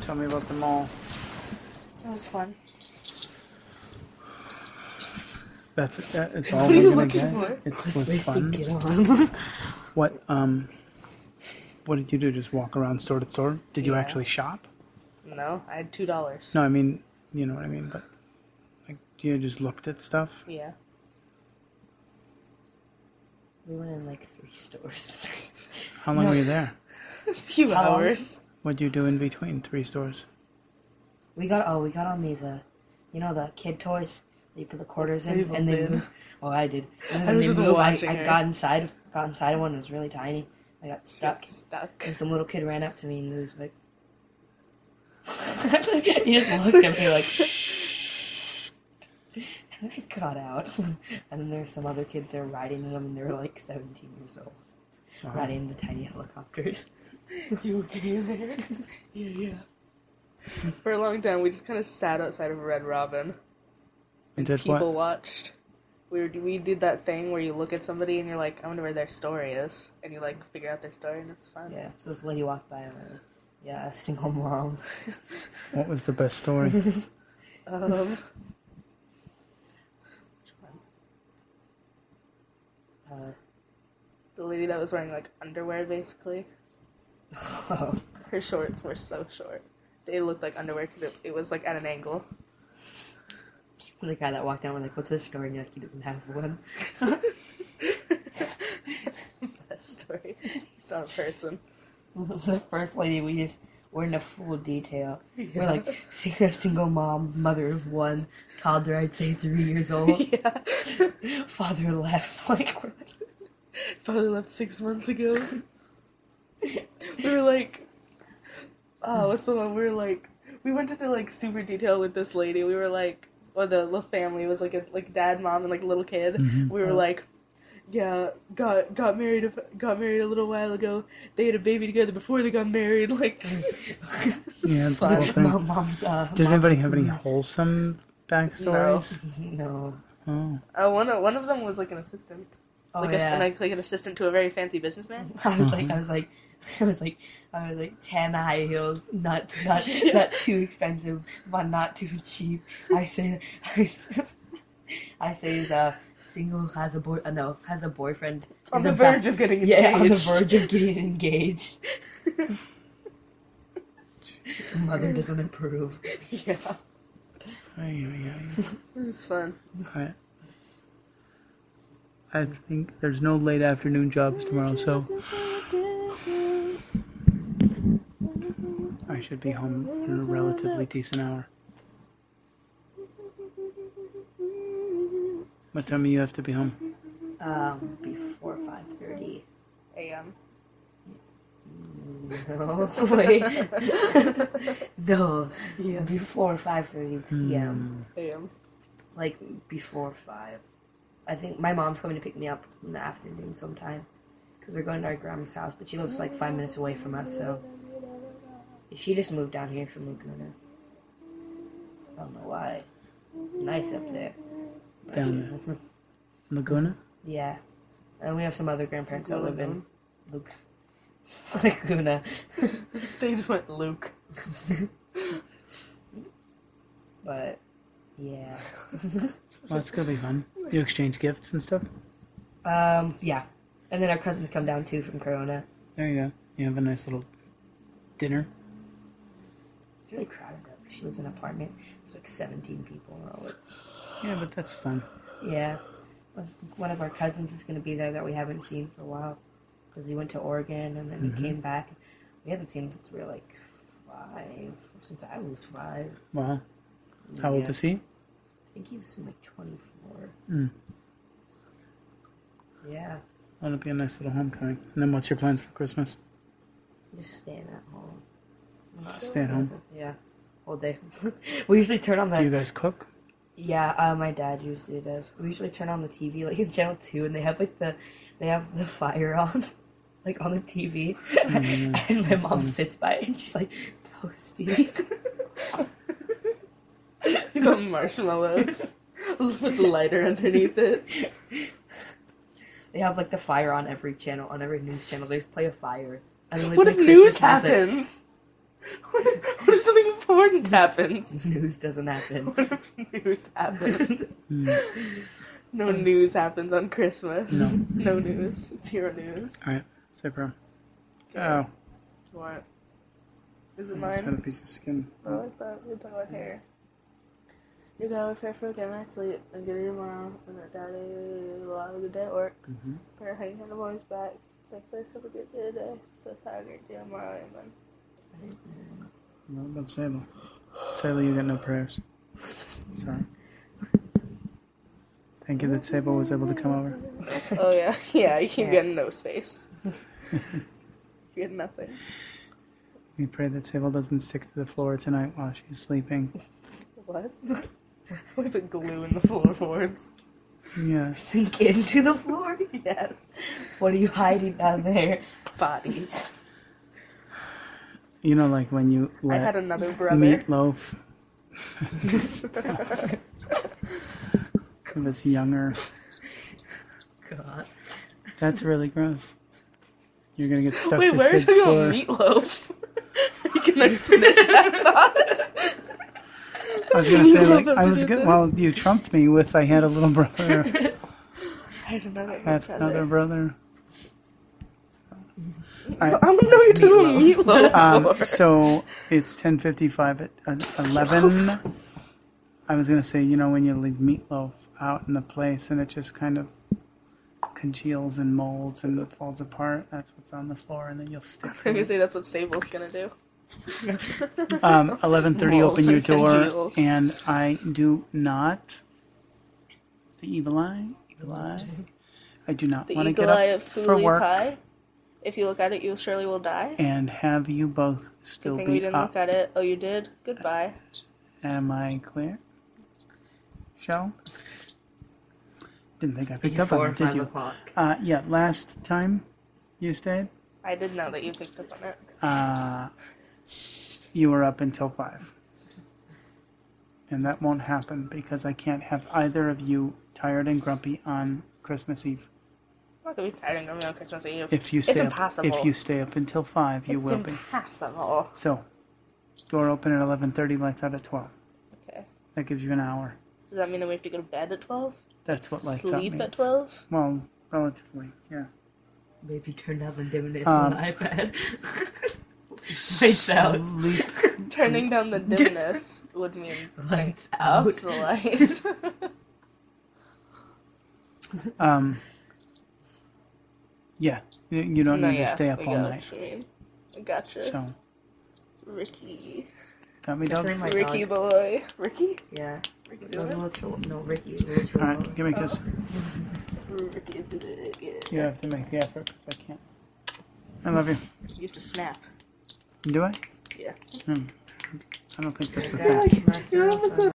tell me about the mall. That was fun. That's it. That- It's all What are you we're gonna looking get. for? It was fun. Get on. What um, what did you do? Just walk around store to store? Did you Yeah. actually shop? No, I had two dollars. No, I mean, you know what I mean. But like, you just looked at stuff. Yeah. we went in like three stores. How long were you there? A few long? hours. What do you do in between three stores? we got oh, we got on these uh, you know the kid toys that you put the quarters in Sable and they did. move. Well, I did. And then I when was they just move, I, watching I her. got inside, got inside of one. It was really tiny. I got stuck. Got stuck. And some little kid ran up to me and he was like, he just looked at me like, and I got out. and then there were some other kids there riding in them, and they were like 17 years old, Uh-huh. riding the tiny helicopters. You okay there? yeah, yeah. For a long time, we just kind of sat outside of Red Robin. And did People what? watched. We were, we did that thing where you look at somebody and you're like, I wonder where their story is, and you like figure out their story, and it's fun. Yeah. So this lady walked by and I like, yeah, a single mom. What was the best story? Um, Uh, the lady that was wearing like underwear, basically, oh, her shorts were so short. They looked like underwear because it, it was like at an angle. the guy that walked out and like, what's his story? And you're like, he doesn't have one. Best story. He's not a person. the first lady we just went into full detail. We're like sing- a single mom, mother of one, toddler I'd say three years old. yeah. Father left. Like we're like, Father left six months ago. we were like, oh, what's the one? We were like, we went to the like super detail with this lady. We were like, well, the the family was like a like dad, mom, and like little kid. Mm-hmm. Mhm. We were like. Yeah, got got married a- got married a little while ago. They had a baby together before they got married. Like, Yeah, the whole Mom- thing. mom's uh Did mom's- anybody have any wholesome backstories? No. Oh, uh, one of, one of them was like an assistant, Oh, like, a, yeah. Mm-hmm. like like an assistant to a very fancy businessman. I was like I was like Mm-hmm. I was like I was like ten high heels, not not Yeah. not too expensive, but not too cheap. I say I say, I say is uh single has a boy uh, no has a boyfriend on is the a ba- verge of getting engaged. Yeah, on the verge of getting engaged. Mother doesn't approve. yeah, yeah, yeah, it was fun. yeah. I, I think there's no late afternoon jobs tomorrow, so I should be home in a relatively decent hour. What time do you have to be home? Um, before five thirty. Am No, wait. no, before five thirty Hmm. p.m. am Like before five. I think my mom's coming to pick me up in the afternoon sometime because we're going to our grandma's house, but she lives like five minutes away from us, so she just moved down here from Laguna. I don't know why. It's nice up there. Down there. Laguna? Yeah. And we have some other grandparents that live in Laguna. Luke. Laguna. They just went Luke. But yeah. Well, that's gonna be fun. You exchange gifts and stuff? Um yeah. And then our cousins come down too from Corona. There you go. You have a nice little dinner. It's really crowded up. She lives in an apartment. There's like seventeen people and all like Yeah, but that's fun. Yeah. One of our cousins is gonna be there that we haven't seen for a while. Because he went to Oregon and then Mm-hmm. he came back. We haven't seen him since we were like five since I was five. Wow. How old Yeah. is he? I think he's like twenty four. Mm. Yeah. That'll be a nice little homecoming. And then what's your plans for Christmas? Just staying at home. Stay at home. Yeah, all day. we usually turn on Do you the guys cook? yeah. Uh, my dad usually does. We usually turn on the TV like in channel two, and they have like the they have the fire on, like on the TV, Mm-hmm. and my mom sits by it and she's like toasty. He's on marshmallows. Puts a lighter underneath it. they have like the fire on every channel on every news channel. They just play a fire. And then they What play if Christmas news music. happens? What if, what if something important happens? News doesn't happen. What if news happens? Hmm. No news happens on Christmas. No. No news. Zero news. Say pro. Oh, What? Is it I just had a mine? piece of skin. I like that. We're talking about hair. You got with hair for a my sleep and get it tomorrow and that daddy a lot of good day at work. Mm-hmm. Better hang on the boys back. Like place have a good day today. So it's how I get day tomorrow and then What about Sayla? Sayla, you got no prayers. Sorry. Thank you that Sable was able to come over. Oh yeah, yeah, you Yeah. get no space. you get nothing. We pray that Sable doesn't stick to the floor tonight while she's sleeping. What? With the glue in the floorboards. Yes. Sink into the floor. Yes. What are you hiding down there? Bodies. You know, like when you I let had another brother. meatloaf was younger. God. That's really gross. You're gonna get stuck Wait, to where are you Sid's talking floor. about meatloaf? you can like, finish that thought. I was gonna say like Meatloaf have I to was do good. this? Well, you trumped me with I had a little brother. I had another had brother. another brother. I don't know what you're talking about meatloaf. Um, for. so it's 10:55 at uh, 11. I was gonna say, you know, when you leave meatloaf out in the place and it just kind of congeals and molds and it falls apart. That's what's on the floor, and then you'll stick. I'm to gonna it. say that's what Sable's gonna do. Um, 11:30, Molds open your and door, congeals. and I do not. It's the evil eye. Evil eye. I do not The want to eagle get eye up of for Fuli work Pie. If you look at it, you surely will die. and have you both Good still thing we be didn't up. look at it. Oh, you did? Goodbye. Am I clear? Shell? Didn't think I picked up Four on or it, did five you? o'clock. Uh, yeah, last time you stayed, I did know that you picked up on it. uh, you were up until 5. And that won't happen because I can't have either of you tired and grumpy on Christmas Eve. I'm not gonna be tired and grumpy on Christmas Eve. If you It's stay impossible. Up, if you stay up until 5, you it's will be. impossible. So, door open at 11:30, lights out at 12. Okay. That gives you an hour. Does that mean that we have to go to bed at 12? That's what lights out Sleep means. at 12? Well, relatively, yeah. Maybe turn down the dimness Um, on the iPad. Lights out. Sleep. Turning down the dimness would mean turning Lights up out. the lights. Um, yeah, you, you don't No, need yeah, to stay up we all got night. What you mean. I Gotcha. So, Ricky. got me, dog? That's my Ricky dog. boy. Ricky? Yeah. Ricky No, boy? little chil- no, Ricky. Little All right, children. give me a kiss. Ricky. You have to make the effort because I can't. I love you. You have to snap. Do I? Yeah. Hmm. I don't think that's the Back thing. to myself. You're almost so